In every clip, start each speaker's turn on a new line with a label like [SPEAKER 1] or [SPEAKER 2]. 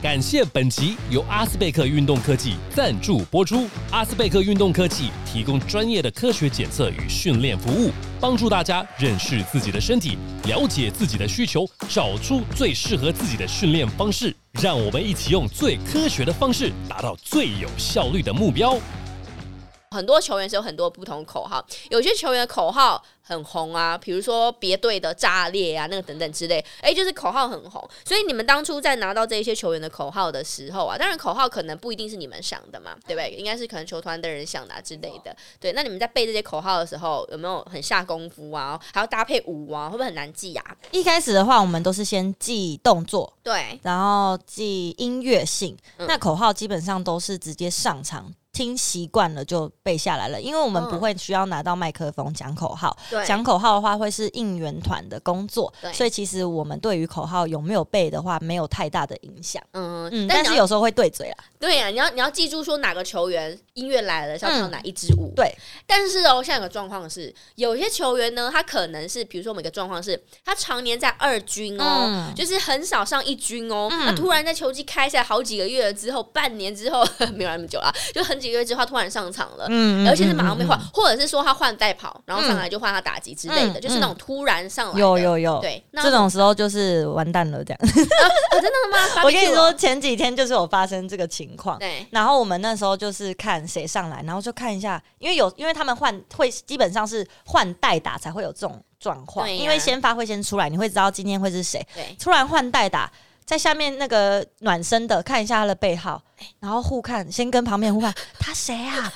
[SPEAKER 1] 感谢本集由阿斯贝克运动科技赞助播出。阿斯贝克运动科技提供专业的科学检测与训练服务，帮助大家认识自己的身体，了解自己的需求，找出最适合自己的训练方式。让我们一起用最科学的方式，达到最有效率的目标。
[SPEAKER 2] 很多球员是有很多不同口号，有些球员的口号很红啊，比如说别队的炸裂啊，那个等等之类，哎、就是口号很红。所以你们当初在拿到这些球员的口号的时候啊，当然口号可能不一定是你们想的嘛，对不对？应该是可能球团的人想的、啊、之类的。对，那你们在背这些口号的时候，有没有很下功夫啊？还要搭配舞啊，会不会很难记呀、啊？
[SPEAKER 3] 一开始的话，我们都是先记动作，
[SPEAKER 2] 对，
[SPEAKER 3] 然后记音乐性。
[SPEAKER 2] 嗯
[SPEAKER 3] 那口号基本上都是直接上场听习惯了就背下来了，因为我们
[SPEAKER 2] 嗯
[SPEAKER 3] 不会需要拿到麦克风讲口号。
[SPEAKER 2] 对，
[SPEAKER 3] 讲口号的话，会是应援团的工作
[SPEAKER 2] 对，
[SPEAKER 3] 所以其实我们对于口号有没有背的话，没有太大的影响。
[SPEAKER 2] 嗯
[SPEAKER 3] 嗯，
[SPEAKER 2] 但
[SPEAKER 3] 但
[SPEAKER 2] 你
[SPEAKER 3] 是
[SPEAKER 2] 要
[SPEAKER 3] 有时候会对嘴啦。
[SPEAKER 2] 对啊呀、你要你要记住说哪个球员音乐来了是要跳哪一支舞。
[SPEAKER 3] 对，
[SPEAKER 2] 但是哦，现在有个状况是，有些球员呢，他可能是，比如说我们有个状况是，他常年在二军哦，
[SPEAKER 3] 嗯，
[SPEAKER 2] 就是很少上一军哦，
[SPEAKER 3] 嗯
[SPEAKER 2] 那、突然在球季开下来好几个月了之后， 半年之后没有那么久啦，就很几个月之后他突然上场了。
[SPEAKER 3] 嗯
[SPEAKER 2] 而且是马上被换
[SPEAKER 3] 嗯，
[SPEAKER 2] 或者是说他换代跑，然后上来就换他打击之类的，
[SPEAKER 3] 嗯
[SPEAKER 2] 就是那种突然上来的。
[SPEAKER 3] 有有有，
[SPEAKER 2] 对，那
[SPEAKER 3] 这种时候就是完蛋了这样。
[SPEAKER 2] 啊真的吗？
[SPEAKER 3] 我跟你
[SPEAKER 2] Barbecue
[SPEAKER 3] 说，
[SPEAKER 2] 哦，
[SPEAKER 3] 前几天就是有发生这个情况。
[SPEAKER 2] 对，
[SPEAKER 3] 然后我们那时候就是看谁上来，然后就看一下，因为有因为他们换会基本上是换代打才会有这种状况，
[SPEAKER 2] 对呀
[SPEAKER 3] 因为先发会先出来，你会知道今天会是谁。
[SPEAKER 2] 对，
[SPEAKER 3] 突然换代打，在下面那个暖身的看一下他的背号，然后互看，先跟旁边互看，他谁啊？啊，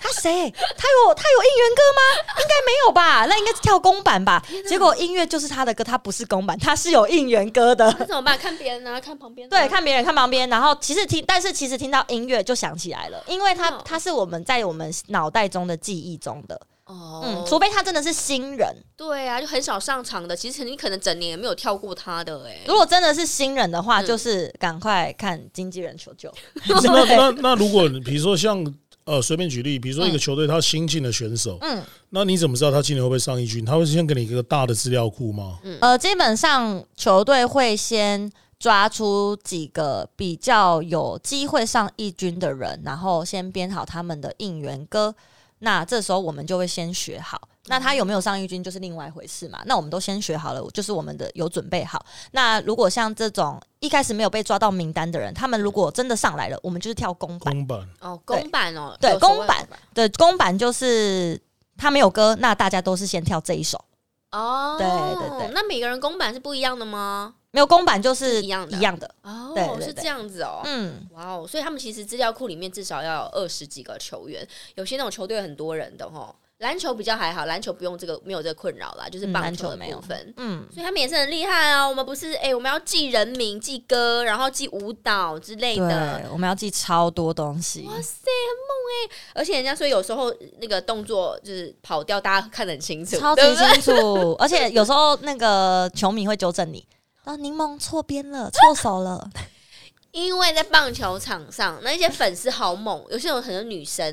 [SPEAKER 3] 他谁？他有他有应援歌吗？应该没有吧？那应该是跳公版吧？结果音乐就是他的歌，他不是公版，他是有应援歌的。
[SPEAKER 2] 那怎么办？看别人啊，看旁边啊。
[SPEAKER 3] 对，看别人，看旁边，然后其实听，但是其实听到音乐就想起来了，因为它
[SPEAKER 2] 哦
[SPEAKER 3] 它是我们在我们脑袋中的记忆中的，
[SPEAKER 2] 哦，
[SPEAKER 3] 嗯，除非他真的是新人，
[SPEAKER 2] 对啊，就很少上场的。其实你可能整年也没有跳过他的哎、
[SPEAKER 3] 如果真的是新人的话，
[SPEAKER 2] 嗯
[SPEAKER 3] 就是赶快看经纪人求救，
[SPEAKER 4] 那那那如果你比如说像呃随便举例，比如
[SPEAKER 2] 嗯
[SPEAKER 4] 说一个球队他新进的选手，
[SPEAKER 3] 嗯，
[SPEAKER 4] 那你怎么知道他今年会不会上一军？他会先给你一个大的资料库吗？
[SPEAKER 2] 嗯
[SPEAKER 3] 呃，基本上球队会先抓出几个比较有机会上一军的人，然后先编好他们的应援歌。那这时候我们就会先学好。那他有没有上一军就是另外一回事嘛？那我们都先学好了，就是我们的有准备好。那如果像这种一开始没有被抓到名单的人，他们如果真的上来了，我们就是跳公版。
[SPEAKER 4] 公版
[SPEAKER 2] 哦，公版哦，
[SPEAKER 3] 对
[SPEAKER 2] 有所谓
[SPEAKER 3] 公版对，公版就是他没有歌，那大家都是先跳这一首。
[SPEAKER 2] 哦，
[SPEAKER 3] 对对对
[SPEAKER 2] 那每个人公版是不一样的吗？
[SPEAKER 3] 没有公版就是
[SPEAKER 2] 一样的
[SPEAKER 3] 一样的。
[SPEAKER 2] 哦，
[SPEAKER 3] 对对对
[SPEAKER 2] 是这样子哦。
[SPEAKER 3] 嗯，
[SPEAKER 2] 哇哦！所以他们其实资料库里面至少要有二十几个球员，有些那种球队很多人的哦。篮球比较还好，篮球不用这个没有这个困扰啦，就是
[SPEAKER 3] 嗯
[SPEAKER 2] 棒
[SPEAKER 3] 篮
[SPEAKER 2] 球
[SPEAKER 3] 球
[SPEAKER 2] 的
[SPEAKER 3] 没有
[SPEAKER 2] 部分。
[SPEAKER 3] 嗯，
[SPEAKER 2] 所以他们也是很厉害啊！我们不是哎、我们要记人名、记歌，然后记舞蹈之类的。
[SPEAKER 3] 对，我们要记超多东西。
[SPEAKER 2] 哇塞，很猛哎、而且人家说有时候那个动作就是跑掉，大家看得很清楚，
[SPEAKER 3] 超级
[SPEAKER 2] 对不对
[SPEAKER 3] 清楚，而且有时候那个球迷会纠正你，
[SPEAKER 2] 哦
[SPEAKER 3] 啊，柠檬错边 了，错手了，
[SPEAKER 2] 因为在棒球场上，那一些粉丝好猛，有些有很多女生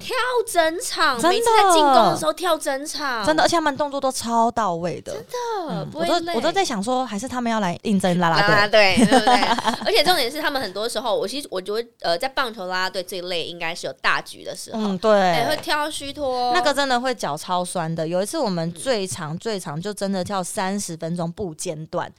[SPEAKER 2] 跳
[SPEAKER 3] 嗯，
[SPEAKER 2] 整场，
[SPEAKER 3] 真的
[SPEAKER 2] 每次在进攻的时候跳整场，
[SPEAKER 3] 真的，而且他们动作都超到位的，
[SPEAKER 2] 真的
[SPEAKER 3] 嗯
[SPEAKER 2] 不
[SPEAKER 3] 我
[SPEAKER 2] 会
[SPEAKER 3] 都
[SPEAKER 2] 累
[SPEAKER 3] 我都在想说，还是他们要来应征啦
[SPEAKER 2] 啦啦
[SPEAKER 3] 啦队，
[SPEAKER 2] 队，对 不对？而且重点是，他们很多时候，我其实我觉得，呃，在棒球啦啦队最累应该是有大局的时候
[SPEAKER 3] 嗯，，
[SPEAKER 2] 哎、会
[SPEAKER 3] 对。
[SPEAKER 2] 跳到虚脱，
[SPEAKER 3] 那个真的会脚超酸的。有一次我们最长最长就真的跳三十分钟不间断，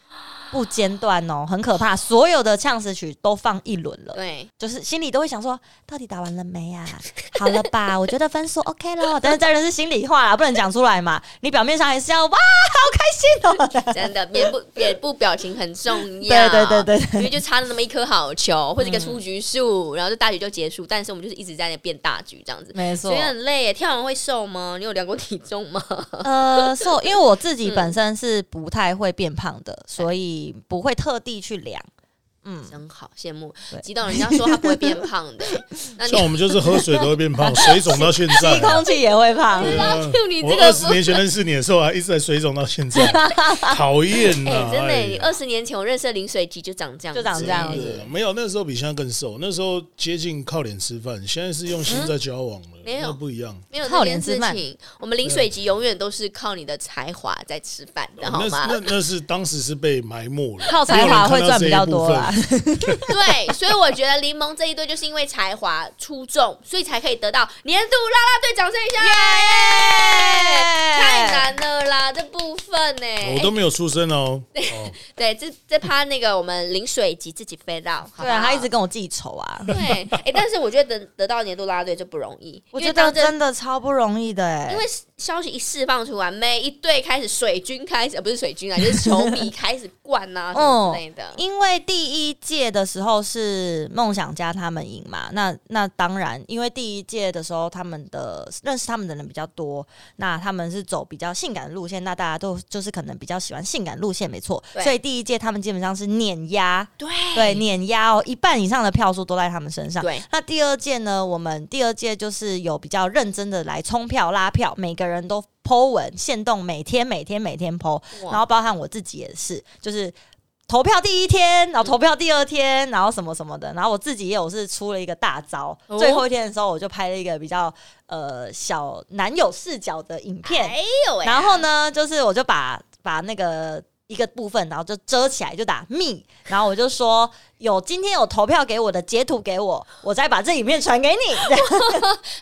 [SPEAKER 3] 不间断哦，很可怕。所有的呛死曲都放一轮了，
[SPEAKER 2] 对，
[SPEAKER 3] 就是心里都会想说，到底打完了没啊？ 好了吧，我觉得分数 OK 了。但是当然是心里话啦，不能讲出来嘛。你表面上还是要哇，好开心哦。
[SPEAKER 2] 真的 脸部脸部表情很重要，
[SPEAKER 3] 对对对对对
[SPEAKER 2] 因为就差了那么一颗好 球或者一个出局数，然后就大局就结束。但是我们就是一直在那变大局这样子，
[SPEAKER 3] 嗯没
[SPEAKER 2] 所以很累耶。跳完会瘦吗？你有量过体重吗？
[SPEAKER 3] 呃，瘦，因为我自己本身是不太会变胖的，所以不会特地去量。嗯，
[SPEAKER 2] 真好，羡慕
[SPEAKER 3] 对。
[SPEAKER 2] 激动人家说他不会变胖的， 那你
[SPEAKER 4] 像我们就是喝水都会 变胖，水肿到现在啊
[SPEAKER 3] 吸。空气也会胖。
[SPEAKER 4] 对啊
[SPEAKER 2] Q 你
[SPEAKER 4] 我
[SPEAKER 2] 这个
[SPEAKER 4] 二
[SPEAKER 2] 不
[SPEAKER 4] 十年前认识你的时候，还一直在水肿到现 在，讨厌
[SPEAKER 2] 哎、
[SPEAKER 4] 呐！
[SPEAKER 2] 真的耶，你
[SPEAKER 4] 哎
[SPEAKER 2] 二十年前我认识的林水吉就长这样，哎
[SPEAKER 3] 就长这样
[SPEAKER 4] 真的没有那时候比现在更瘦，那时候接近靠脸吃饭，现在是用心在交往了。
[SPEAKER 2] 嗯没有
[SPEAKER 4] 那不一样。
[SPEAKER 2] 没有
[SPEAKER 3] 靠
[SPEAKER 2] 这
[SPEAKER 3] 脸
[SPEAKER 2] 件
[SPEAKER 3] 吃
[SPEAKER 2] 事
[SPEAKER 3] 饭
[SPEAKER 2] 情，我们淋水集永远都是靠你的才华在吃饭的，好
[SPEAKER 4] 哦那
[SPEAKER 2] 吗？
[SPEAKER 4] 那那是当时是被埋没了，
[SPEAKER 3] 靠才华会赚比较多啦
[SPEAKER 4] 没有人看到这一部分。。
[SPEAKER 2] 对，所以我觉得柠檬这一对就是因为才华出众，所以才可以得到年度啦啦队，掌声一下！太难了啦，这部分呢、
[SPEAKER 4] 我都没有出声哦。哦
[SPEAKER 2] 对这这趴那个我们淋水集自己飞到，好不好
[SPEAKER 3] 对啊，他一直跟我记仇 啊，
[SPEAKER 2] 对，哎、但是我觉得得得到年度啦啦队就不容易，
[SPEAKER 3] 我
[SPEAKER 2] 因
[SPEAKER 3] 觉
[SPEAKER 2] 为
[SPEAKER 3] 得
[SPEAKER 2] 当这
[SPEAKER 3] 真的超不容易的哎
[SPEAKER 2] 因。为消息一释放出来，每一队开始水军开始，呃、不是水军啊，就是球迷 开始灌啊什么之类的。
[SPEAKER 3] 哦因为第一届的时候是梦想家他们赢嘛，那那当然，因为第一届的时候他们的认识他们的人比较多，那他们是走比较性感的路线，那大家都就是可能比较喜欢性感路线，没错。
[SPEAKER 2] 对
[SPEAKER 3] 所以第一届他们基本上是碾压，
[SPEAKER 2] 对
[SPEAKER 3] 对碾压哦，一半以上的票数都在他们身上。
[SPEAKER 2] 对
[SPEAKER 3] 那第二届呢？我们第二届就是有比较认真的来冲票拉票，每个人都 Po 文、限动，每天每天每天 Po，
[SPEAKER 2] 哇
[SPEAKER 3] 然后包含我自己也是，就是投票第一天，然后投票第二天，然后什么什么的，然后我自己也有是出了一个大招，
[SPEAKER 2] 哦
[SPEAKER 3] 最后一天的时候我就拍了一个比较呃小男友视角的影片，
[SPEAKER 2] 哎呦喂、
[SPEAKER 3] 然后呢，就是我就把把那个。一个部分，然后就遮起来，就打 me，然后我就说有今天有投票给我的截图给我，我再把这影片传给你。这样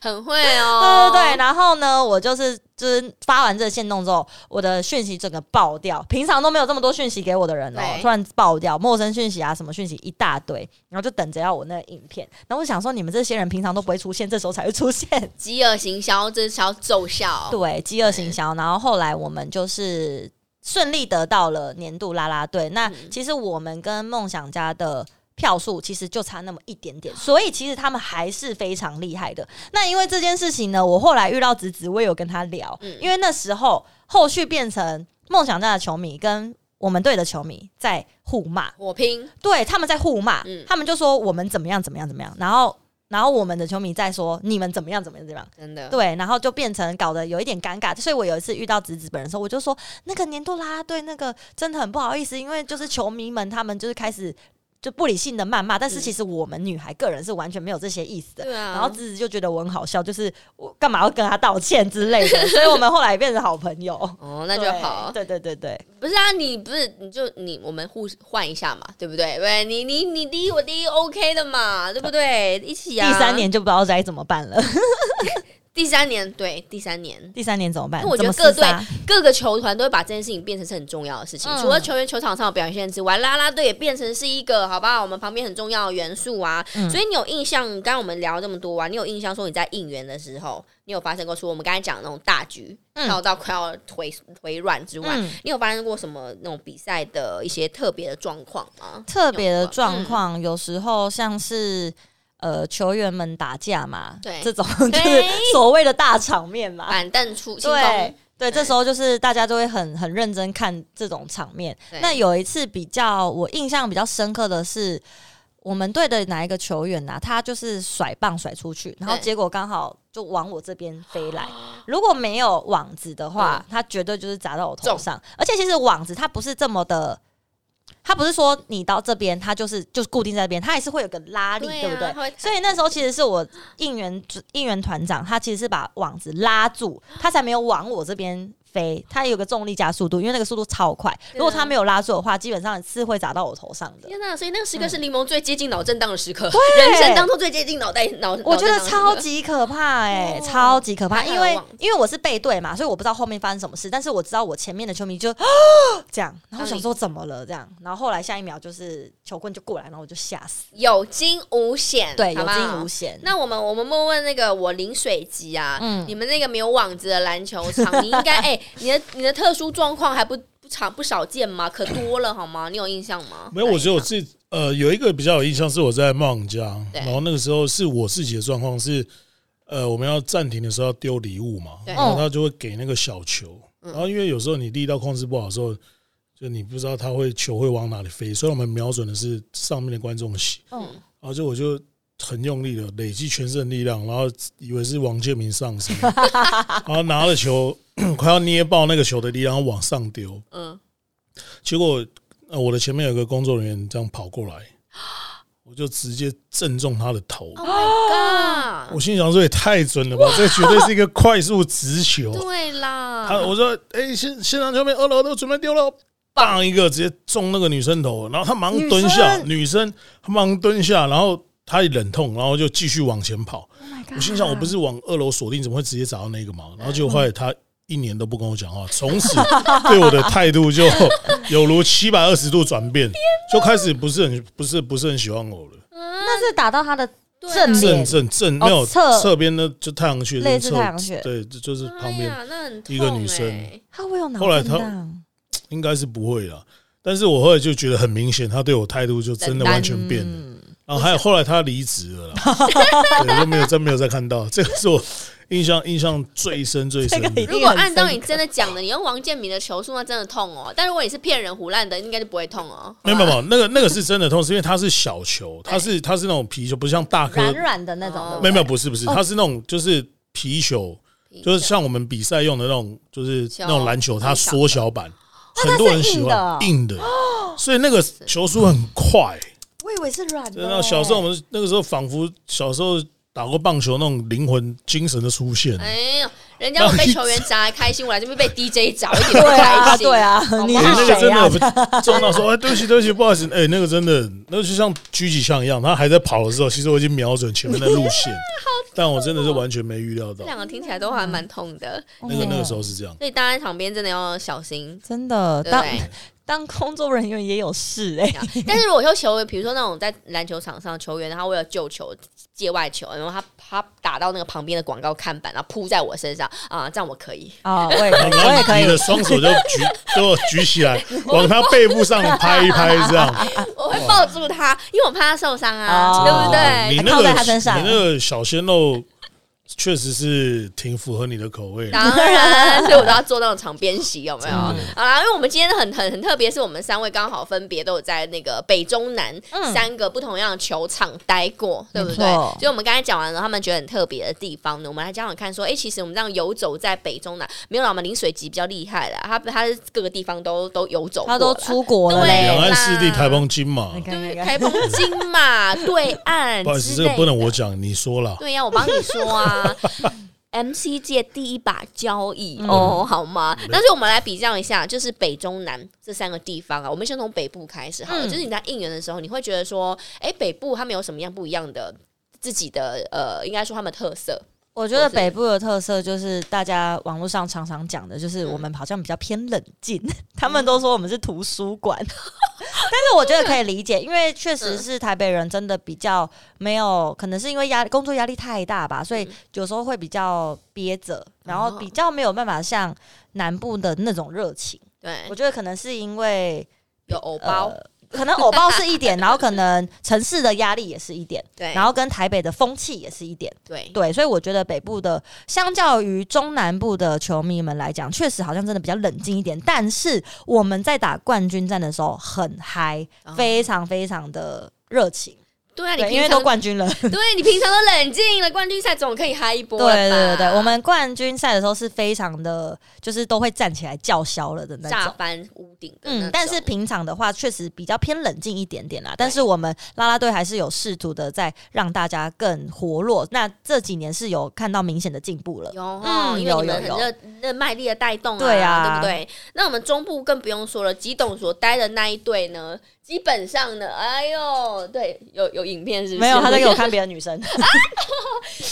[SPEAKER 2] 很会哦
[SPEAKER 3] 对，对对，然后呢，我就是就是发完这个线动之后，我的讯息整个爆掉，平常都没有这么多讯息给我的人哦、
[SPEAKER 2] 对
[SPEAKER 3] 突然爆掉，陌生讯息啊，什么讯息一大堆，然后就等着要我那个影片，然后我想说，你们这些人平常都不会出现，这时候才会出现，
[SPEAKER 2] 饥饿行销这是要奏效，
[SPEAKER 3] 对，饥饿行销，然后后来我们就是顺利得到了年度啦啦队，那
[SPEAKER 2] 嗯
[SPEAKER 3] 其实我们跟梦想家的。票数其实就差那么一点点，所以其实他们还是非常厉害的。那因为这件事情呢，我后来遇到子子，我也有跟他聊，
[SPEAKER 2] 嗯
[SPEAKER 3] 因为那时候后续变成梦想家的球迷跟我们队的球迷在互骂，
[SPEAKER 2] 火拼
[SPEAKER 3] 对，他们在互骂，
[SPEAKER 2] 嗯
[SPEAKER 3] 他们就说我们怎么样怎么样怎么样，然后然后我们的球迷在说你们怎么样怎么样怎么样，
[SPEAKER 2] 真的
[SPEAKER 3] 对，然后就变成搞得有一点尴尬。所以我有一次遇到子子本人的时候，我就说那个年度啦啦队那个真的很不好意思，因为就是球迷们他们就是开始就不理性的谩骂，但
[SPEAKER 2] 嗯
[SPEAKER 3] 是其实我们女孩个人是完全没有这些意思的。
[SPEAKER 2] 对啊，
[SPEAKER 3] 然后子子就觉得我很好笑，就是我干嘛要跟他道歉之类的，所以我们后来变成好朋友。
[SPEAKER 2] 哦 那就好，
[SPEAKER 3] 对对对对对，
[SPEAKER 2] 不是啊，你不是你就你我们互换一下嘛，对不对？对，你你你第一我第一 OK 的嘛，对不对？一起啊，
[SPEAKER 3] 第三年就不知道该怎么办了。
[SPEAKER 2] 第三年对第三年。
[SPEAKER 3] 第三年怎么办？
[SPEAKER 2] 哎那我觉得
[SPEAKER 3] 怎
[SPEAKER 2] 各
[SPEAKER 3] 么厮
[SPEAKER 2] 队
[SPEAKER 3] 杀
[SPEAKER 2] 各个球团都会把这件事情变成是很重要的事情，
[SPEAKER 3] 嗯
[SPEAKER 2] 除了球员球场上的表现之外，啦啦队也变成是一个好不好？我们旁边很重要的元素啊。
[SPEAKER 3] 嗯
[SPEAKER 2] 所以你有印象，刚刚我们聊这么多啊，你有印象说你在应援的时候，你有发生过除我们刚才讲的那种大局
[SPEAKER 3] 嗯
[SPEAKER 2] 闹到快要腿腿软之外，
[SPEAKER 3] 嗯
[SPEAKER 2] 你有发生过什么那种比赛的一些特别的状况吗？
[SPEAKER 3] 特别的状况，有时候像是呃球员们打架嘛，
[SPEAKER 2] 对
[SPEAKER 3] 这种 就是所谓的大场面嘛，
[SPEAKER 2] 板凳出清
[SPEAKER 3] 啊对
[SPEAKER 2] 风，
[SPEAKER 3] 对，这时候就是大家都会很很认真看这种场面。那有一次比较我印象比较深刻的是，我们队的哪一个球员呐、他就是甩棒甩出去，然后
[SPEAKER 2] 对啊
[SPEAKER 3] 结果刚好就往我这边飞来。如果没有网子的话，他绝对就是砸到我头上。而且其实网子它不是这么的。它不是说你到这边，它就是就是固定在这边，它还是会有个拉力，
[SPEAKER 2] 对啊
[SPEAKER 3] 对不对
[SPEAKER 2] 它会？
[SPEAKER 3] 所以那时候其实是我应援应援团长，他其实是把网子拉住，他才没有往我这边飞，他有个重力加速度，因为那个速度超快。如果他没有拉住的话，基本上是会砸到我头上的。
[SPEAKER 2] 天呐！所以那个时刻是柠檬最接近脑震荡的时刻，
[SPEAKER 3] 嗯对
[SPEAKER 2] 人生当中最接近脑袋脑。
[SPEAKER 3] 我觉得
[SPEAKER 2] 脑震荡的时刻
[SPEAKER 3] 超级可怕哎、
[SPEAKER 2] 哦
[SPEAKER 3] 超级可怕，
[SPEAKER 2] 还好
[SPEAKER 3] 因为
[SPEAKER 2] 有网
[SPEAKER 3] 因为我是背对嘛，所以我不知道后面发生什么事，但是我知道我前面的球迷就哦这样，然后我想说怎么了这样，然后后来下一秒就是球棍就过来，然后我就吓死，
[SPEAKER 2] 有惊无险，
[SPEAKER 3] 对，
[SPEAKER 2] 好
[SPEAKER 3] 有
[SPEAKER 2] 不好
[SPEAKER 3] 惊无险。
[SPEAKER 2] 那我们我们问问那个我淋水机啊，
[SPEAKER 3] 嗯
[SPEAKER 2] 你们那个没有网子的篮球 场，你应该哎、你的你的特殊状况还不不常不少见吗？可多了好吗？你有印象吗？哎
[SPEAKER 4] 没有，我觉得我自己呃有一个比较有印象是我在梦家，
[SPEAKER 2] 对
[SPEAKER 4] 然后那个时候是我自己的状况是，呃，我们要暂停的时候要丢礼物嘛，
[SPEAKER 2] 对嗯
[SPEAKER 4] 然后他就会给那个小球，然后因为有时候你力道控制不好的时候，就你不知道他会球会往哪里飞，虽然我们瞄准的是上面的观众席，
[SPEAKER 3] 嗯
[SPEAKER 4] 然后就我就。很用力的累积全身的力量，然后以为是王建民 上身，然后拿了球 快要捏爆那个球的力量，然后往上丢，
[SPEAKER 2] 嗯，
[SPEAKER 4] 结果呃，我的前面有个工作人员这样跑过来，我就直接正中他的头，
[SPEAKER 2] Oh my god！啦
[SPEAKER 4] 我，心想说也太准了吧，这绝对是一个快速直球。
[SPEAKER 2] 对啊
[SPEAKER 3] 啊
[SPEAKER 2] 啦，
[SPEAKER 4] 他我说，哎、现现场球被二楼都准备丢了，棒一个直接中那个女生头，然后她忙蹲下，
[SPEAKER 3] 女生
[SPEAKER 4] 女生她忙蹲下，然后她也忍痛，然后就继续往前跑。
[SPEAKER 3] Oh
[SPEAKER 4] 我心想，我不是往二楼锁定，怎么会直接砸到那 个嘛？然后结果后来她一年都不跟我讲话，从此 对我的态度就 有如七百二十度转变，就开始不是很不是不是很喜欢我了。
[SPEAKER 3] 那是打到他的
[SPEAKER 2] 对啊
[SPEAKER 3] 正面
[SPEAKER 4] 正正正没有
[SPEAKER 3] 哦侧
[SPEAKER 4] 侧边的就太阳穴，
[SPEAKER 3] 类似
[SPEAKER 4] 侧
[SPEAKER 3] 太阳穴
[SPEAKER 4] 对，就就是旁
[SPEAKER 2] 哎
[SPEAKER 4] 边
[SPEAKER 2] 呀那很痛
[SPEAKER 4] 一个女
[SPEAKER 2] 欸
[SPEAKER 4] 生
[SPEAKER 3] 他会有脑
[SPEAKER 4] 后来
[SPEAKER 3] 震
[SPEAKER 4] 他
[SPEAKER 3] 荡，
[SPEAKER 4] 应该是不会啦。但是我后来就觉得很明显，他对我态度就真的完全变了。
[SPEAKER 3] 嗯
[SPEAKER 4] 然后还有后来他离职了啦，对，就没有真没有再看到。这个是我印象印象最深最深
[SPEAKER 3] 这个一
[SPEAKER 4] 的。
[SPEAKER 3] 定
[SPEAKER 2] 如果按照你
[SPEAKER 3] 很深刻
[SPEAKER 2] 真的讲的，你用王建民的球速，那真的痛哦。但如果你是骗人胡乱的，应该就不会痛哦。
[SPEAKER 4] 没有没有没有，那个那个是真的痛，是因为它是小球，它是它是那种皮球，不是像大颗。
[SPEAKER 3] 软软的那种
[SPEAKER 2] 哦，
[SPEAKER 3] 对不
[SPEAKER 4] 没
[SPEAKER 3] 对
[SPEAKER 4] 有没有，不是不是，它是那种就是皮球，就是像我们比赛用的那种，就是那种篮球，它缩小版，
[SPEAKER 3] 那它
[SPEAKER 4] 很多人
[SPEAKER 3] 是
[SPEAKER 4] 喜
[SPEAKER 3] 硬的哦
[SPEAKER 4] 欢硬的，所以那个球速很快。
[SPEAKER 3] 我以为是软的
[SPEAKER 4] 真
[SPEAKER 3] 欸。
[SPEAKER 4] 的，小时候我们那个时候仿佛小时候打过棒球那种灵魂精神的出现。
[SPEAKER 2] 哎呦，人家我被球员砸还开心，我来这边被 DJ 砸，我一点都不
[SPEAKER 3] 对
[SPEAKER 2] 开
[SPEAKER 3] 啊，
[SPEAKER 2] 心。
[SPEAKER 3] 对啊
[SPEAKER 2] 好不好，
[SPEAKER 3] 你
[SPEAKER 4] 哎、那
[SPEAKER 3] 是
[SPEAKER 4] 个
[SPEAKER 3] 谁
[SPEAKER 4] 真
[SPEAKER 3] 啊？
[SPEAKER 4] 的撞到说，哎，对不起，对不起，不好意思，哎、那个真的，那个就像狙击枪一样，他还在跑的时候，其实我已经瞄准前面的路 线，
[SPEAKER 3] 哦
[SPEAKER 4] 但我真的是完全没预料
[SPEAKER 2] 这
[SPEAKER 4] 到，
[SPEAKER 2] 两个听起来都还蛮痛的，
[SPEAKER 4] 那个那个时候是这样。
[SPEAKER 2] 所以大家在旁边真的要小心。
[SPEAKER 3] 真的
[SPEAKER 2] 对不
[SPEAKER 3] 当
[SPEAKER 2] 对？
[SPEAKER 3] 当工作人员也有事哎、
[SPEAKER 2] 但是如果说球员，比如说那种在篮球场上球员，他为了救球、界外球，然后他他打到那个旁边的广告看板，然后扑在我身上啊、这样我可以。
[SPEAKER 3] 啊，我也可以，我
[SPEAKER 4] 然
[SPEAKER 3] 也
[SPEAKER 4] 后
[SPEAKER 3] 可
[SPEAKER 4] 你的
[SPEAKER 3] 以，
[SPEAKER 4] 双手就举， 就举起来，往他背部上拍一拍，这样。
[SPEAKER 2] 我会抱住他，因为我怕他受伤啊，
[SPEAKER 3] 哦
[SPEAKER 2] 对不对？
[SPEAKER 4] 你
[SPEAKER 3] 靠
[SPEAKER 4] 那
[SPEAKER 3] 在
[SPEAKER 4] 个
[SPEAKER 3] 他身上
[SPEAKER 4] 你那个小鲜肉确实是挺符合你的口味。
[SPEAKER 2] 当然，所以我都要做那种场边席，有没有？好啦，因为我们今天很很很特别，是我们三位刚好分别都有在那个北中南
[SPEAKER 3] 嗯
[SPEAKER 2] 三个不同样的球场待过，对不
[SPEAKER 3] 没
[SPEAKER 2] 对？
[SPEAKER 3] 错
[SPEAKER 2] 所以我们刚才讲完了他们觉得很特别的地方呢，我们来讲讲看，说，哎，其实我们这样游走在北中南，没有啦，我们林水吉比较厉害啦，他他各个地方都都游走过
[SPEAKER 3] 他
[SPEAKER 2] 啦，
[SPEAKER 3] 都出国了
[SPEAKER 2] 对
[SPEAKER 3] 嘞。
[SPEAKER 4] 两岸四地
[SPEAKER 2] 啦
[SPEAKER 4] 台风金马，
[SPEAKER 3] 你看
[SPEAKER 2] 对
[SPEAKER 3] 你
[SPEAKER 2] 台
[SPEAKER 3] 看，
[SPEAKER 2] 风金嘛，对岸
[SPEAKER 4] 不好意思，
[SPEAKER 2] 之
[SPEAKER 4] 这个
[SPEAKER 2] 类
[SPEAKER 4] 不能
[SPEAKER 2] 的
[SPEAKER 4] 我讲，你说 了。
[SPEAKER 2] 对呀、我帮你说 啊。MC 界第一把交椅、
[SPEAKER 3] 嗯
[SPEAKER 2] 哦，好吗？但是我们来比较一下，就是北中南这三个地方啊，我们先从北部开始好了。
[SPEAKER 3] 嗯
[SPEAKER 2] 就是你在应援的时候，你会觉得说，哎、北部他们有什么样不一样的自己的呃，应该说他们的特色，
[SPEAKER 3] 我觉得北部的特色就是大家网络上常常讲的，就是
[SPEAKER 2] 嗯
[SPEAKER 3] 我们好像比较偏冷静， 他
[SPEAKER 2] 哦
[SPEAKER 3] 们都说我们是图书馆， 但是我觉得可以理解，因为确
[SPEAKER 2] 嗯
[SPEAKER 3] 实是台北人真的比较没有，可能是因为压工作压力太大吧，所以
[SPEAKER 2] 嗯
[SPEAKER 3] 有时候会比较憋着，然
[SPEAKER 2] 哦
[SPEAKER 3] 后比较没有办法像南部的那种热情。
[SPEAKER 2] 对
[SPEAKER 3] 我，觉得可能是因为
[SPEAKER 2] 有哎偶包，
[SPEAKER 3] 呃可能偶包是 一点，然后可能城市的压力也是一点，
[SPEAKER 2] 对，
[SPEAKER 3] 然后跟台北的风气也是一点，
[SPEAKER 2] 对，
[SPEAKER 3] 对，所以我觉得北部的相较于中南部的球迷们来讲，确实好像真的比较冷静一点，但是我们在打冠军战的时候很嗨
[SPEAKER 2] 哦，
[SPEAKER 3] 非常非常的热情，
[SPEAKER 2] 对啊，你
[SPEAKER 3] 对，因
[SPEAKER 2] 平
[SPEAKER 3] 为
[SPEAKER 2] 常
[SPEAKER 3] 都冠军了，对
[SPEAKER 2] 对你平常都冷静了，冠军赛总可以嗨一波了吧
[SPEAKER 3] 对对对，我们冠军赛的时候是非常的，就是都会站起来叫嚣了的那
[SPEAKER 2] 炸
[SPEAKER 3] 种。
[SPEAKER 2] 翻屋顶的那
[SPEAKER 3] 嗯，但是
[SPEAKER 2] 种
[SPEAKER 3] 平常的话，确实比较偏冷静一点点啦。但是我们啦啦队还是有试图的在让大家更活络。那这几年是有看到明显的进步了。
[SPEAKER 2] 有哦，
[SPEAKER 3] 嗯
[SPEAKER 2] 因为你们
[SPEAKER 3] 有有
[SPEAKER 2] 很热热卖力的带动啊，
[SPEAKER 3] 对
[SPEAKER 2] 对
[SPEAKER 3] 啊
[SPEAKER 2] 不对？那我们中部更不用说了，吉董所待的那一队呢，基本上呢，哎呦，对，有有影片是不是？
[SPEAKER 3] 没有，他在 给我。看别的女 生。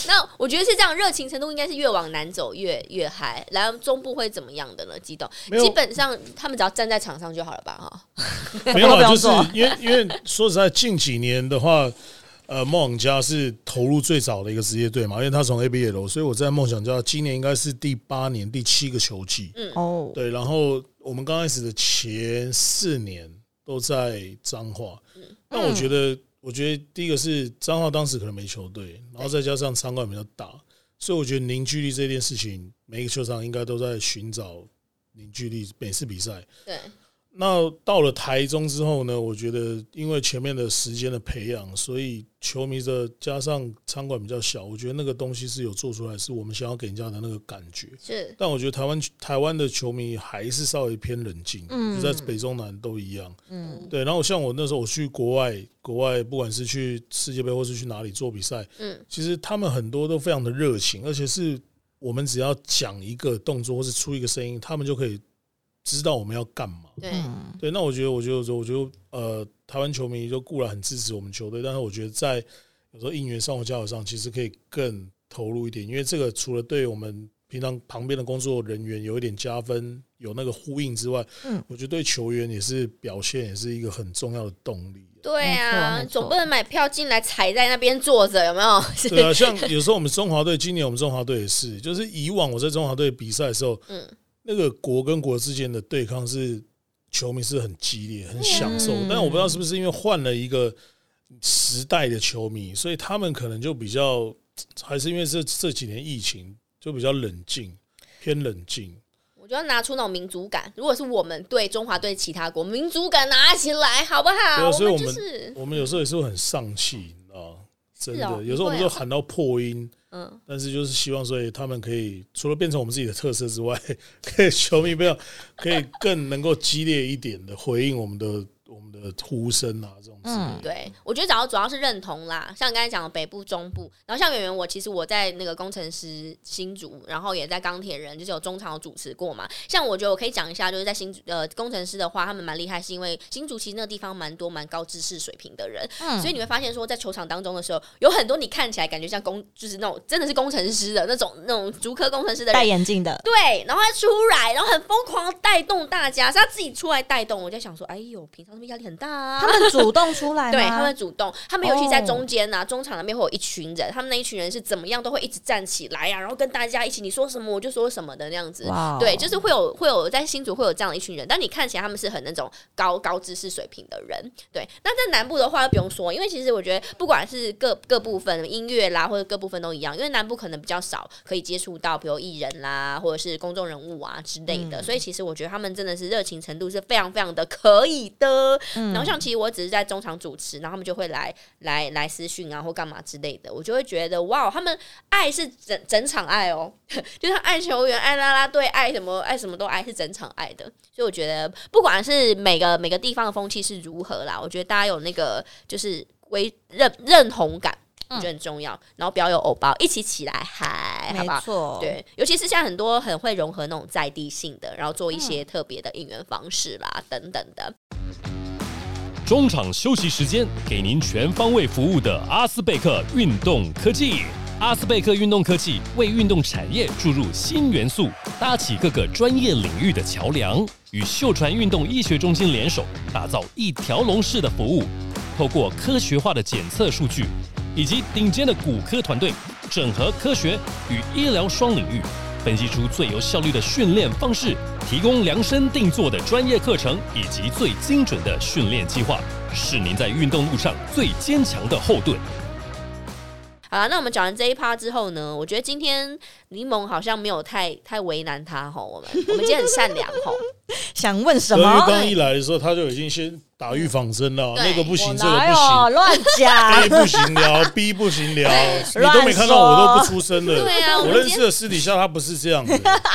[SPEAKER 2] 那我觉得是这样，热情程度应该是越往南走越越嗨。然后中部会怎么样的呢？激动，
[SPEAKER 4] 没有
[SPEAKER 2] 基本上他们只要站在场上就好了吧？哈，啊
[SPEAKER 4] 没有
[SPEAKER 3] 不
[SPEAKER 4] 啦，
[SPEAKER 3] 要
[SPEAKER 4] 就是
[SPEAKER 3] 做
[SPEAKER 4] 因为因为说实在，近几年的话，呃，梦想家是投入最早的一个职业队嘛，因为他从 ABL，所以我在梦想家今年应该是第八年、第七个球季。
[SPEAKER 3] 哦，
[SPEAKER 4] 对，然后我们刚开始的前四年都在彰化，但我觉得，我觉得第一个是彰化当时可能没球队，然后再加上场馆比较大，所以我觉得凝聚力这件事情，每一个球场应该都在寻找凝聚力，每次比赛。
[SPEAKER 2] 对，
[SPEAKER 4] 那到了台中之后呢，我觉得因为前面的时间的培养，所以球迷的加上场馆比较小，我觉得那个东西是有做出来，是我们想要给人家的那个感觉。
[SPEAKER 2] 是
[SPEAKER 4] 但我觉得台湾台湾的球迷还是稍微偏冷静，
[SPEAKER 3] 嗯
[SPEAKER 4] 就在北中南都一样。
[SPEAKER 3] 嗯
[SPEAKER 4] 对，然后像我那时候我去国外，国外不管是去世界杯或是去哪里做比赛，
[SPEAKER 2] 嗯
[SPEAKER 4] 其实他们很多都非常的热情，而且是我们只要讲一个动作或是出一个声音，他们就可以知道我们要干嘛。
[SPEAKER 2] 对
[SPEAKER 3] 嗯
[SPEAKER 4] 对，那我觉得，我觉得，我觉得，我觉得，呃，台湾球迷就固然很支持我们球队，但是我觉得在有时候应援上或交流上，其实可以更投入一点，因为这个除了对我们平常旁边的工作人员有一点加分，有那个呼应之外，
[SPEAKER 3] 嗯
[SPEAKER 4] 我觉得对球员也是表现也是一个很重要的动力。
[SPEAKER 2] 对啊
[SPEAKER 3] 没错没，错
[SPEAKER 2] 总不能买票进来踩在那边坐着，有没有？ 是
[SPEAKER 4] 对啊，像有时候我们中华队，今年我们中华队也是，就是以往我在中华队比赛的时候，
[SPEAKER 2] 嗯
[SPEAKER 4] 那个国跟国之间的对抗是球迷是很激烈、很享受，
[SPEAKER 3] 嗯
[SPEAKER 4] 但我不知道是不是因为换了一个时代的球迷，所以他们可能就比较，还是因为这这几年疫情就比较冷静，偏冷静。
[SPEAKER 2] 我就要拿出那种民族感。如果是我们对中华队其他国，民族感拿起来好不
[SPEAKER 4] 对
[SPEAKER 2] 好？
[SPEAKER 4] 啊所以
[SPEAKER 2] 们就
[SPEAKER 4] 我们
[SPEAKER 2] 是
[SPEAKER 4] 我们有时候也是会很丧气，你知道吗？真的，
[SPEAKER 2] 哦
[SPEAKER 4] 有时候我们
[SPEAKER 2] 会
[SPEAKER 4] 就
[SPEAKER 2] 啊
[SPEAKER 4] 喊到破音，
[SPEAKER 2] 嗯，
[SPEAKER 4] 但是就是希望，所以他们可以除了变成我们自己的特色之外， 可以球迷不要可以更能够激烈一点的回应我们的我们的呼声啊，这种之类的。
[SPEAKER 2] 对，我觉得主要主要是认同啦，像刚才讲的北部、中部，然后像演员我其实我在那个工程师新竹，然后也在钢铁人，就是有中场有主持过嘛。像我觉得我可以讲一下，就是在新竹呃工程师的话，他们蛮厉害，是因为新竹其实那个地方蛮多蛮高知识水平的人，
[SPEAKER 3] 嗯
[SPEAKER 2] 所以你会发现说，在球场当中的时候，有很多你看起来感觉像工，就是那种真的是工程师的那种那种足科工程师的
[SPEAKER 3] 戴
[SPEAKER 2] 人。
[SPEAKER 3] 眼镜的，
[SPEAKER 2] 对，然后他出来，然后很疯狂地带动大家，是他自己出来带动。我在想说，哎呦，平常他们压力很大啊。
[SPEAKER 3] 他们主动出来吗，
[SPEAKER 2] 对他们主动，他们尤其在
[SPEAKER 3] 哦
[SPEAKER 2] 中间呐、中场那边会有一群人，他们那一群人是怎么样都会一直站起来啊呀、然后跟大家一起，你说什么我就说什么的那样子。
[SPEAKER 3] 哇哦
[SPEAKER 2] 对，就是会有会有在新竹会有这样的一群人，但你看起来他们是很那种高高知识水平的人。对，那在南部的话就不用说，因为其实我觉得不管是 各各部分音乐啦，或者各部分都一样，因为南部可能比较少可以接触到，比如艺人啦，或者是公众人物啊之类的，
[SPEAKER 3] 嗯
[SPEAKER 2] 所以其实我觉得他们真的是热情程度是非常非常的可以的。
[SPEAKER 3] 嗯
[SPEAKER 2] 然后像其实我只是在中场主持，然后他们就会来来来私讯啊或干嘛之类的，我就会觉得哇，他们爱是整整场爱哦， 就是爱球员、爱啦啦队、爱什么爱什么都爱，是整场爱的。所以我觉得不管是每个每个地方的风气是如何啦，我觉得大家有那个就是为认认同感，我觉得很重要。然后不要有偶包，一起起来嗨，好
[SPEAKER 3] 没
[SPEAKER 2] 不好？
[SPEAKER 3] 错，，
[SPEAKER 2] 对，尤其是现在很多很会融合那种在地性的，然后做一些
[SPEAKER 3] 嗯
[SPEAKER 2] 特别的应援方式啦，等等的。
[SPEAKER 1] 中场休息时间，给您全方位服务的阿斯贝克运动科技。阿斯贝克运动科技为运动产业注入新元素，搭起各个专业领域的桥梁，与秀传运动医学中心联手，打造一条龙式的服务。透过科学化的检测数据，以及顶尖的骨科团队，整合科学与医疗双领域，分析出最有效率的训练方式，提供量身定做的专业课程以及最精准的训练计划，是您在运动路上最坚强的后盾。
[SPEAKER 2] 好了，那我们讲完这一趴之后呢，我觉得今天柠檬好像没有太太为难他吼，我们 我们今天很善良吼，
[SPEAKER 3] 想问什
[SPEAKER 4] 因为
[SPEAKER 3] 么？
[SPEAKER 4] 刚一来的时候，他就已经先打预防针了，啊
[SPEAKER 2] 对
[SPEAKER 4] 那个不
[SPEAKER 3] 我
[SPEAKER 4] 行，这个
[SPEAKER 3] 哪
[SPEAKER 4] 不
[SPEAKER 3] 有
[SPEAKER 4] 行
[SPEAKER 3] 乱
[SPEAKER 4] ，A
[SPEAKER 3] 讲？
[SPEAKER 4] 不行聊，B 不行聊，你
[SPEAKER 3] 乱
[SPEAKER 4] 都没看到
[SPEAKER 3] 说
[SPEAKER 4] 我都不出声了。
[SPEAKER 2] 对啊我
[SPEAKER 4] 我
[SPEAKER 2] 们
[SPEAKER 4] 认
[SPEAKER 2] 今
[SPEAKER 4] 识的私底下他不是这样的。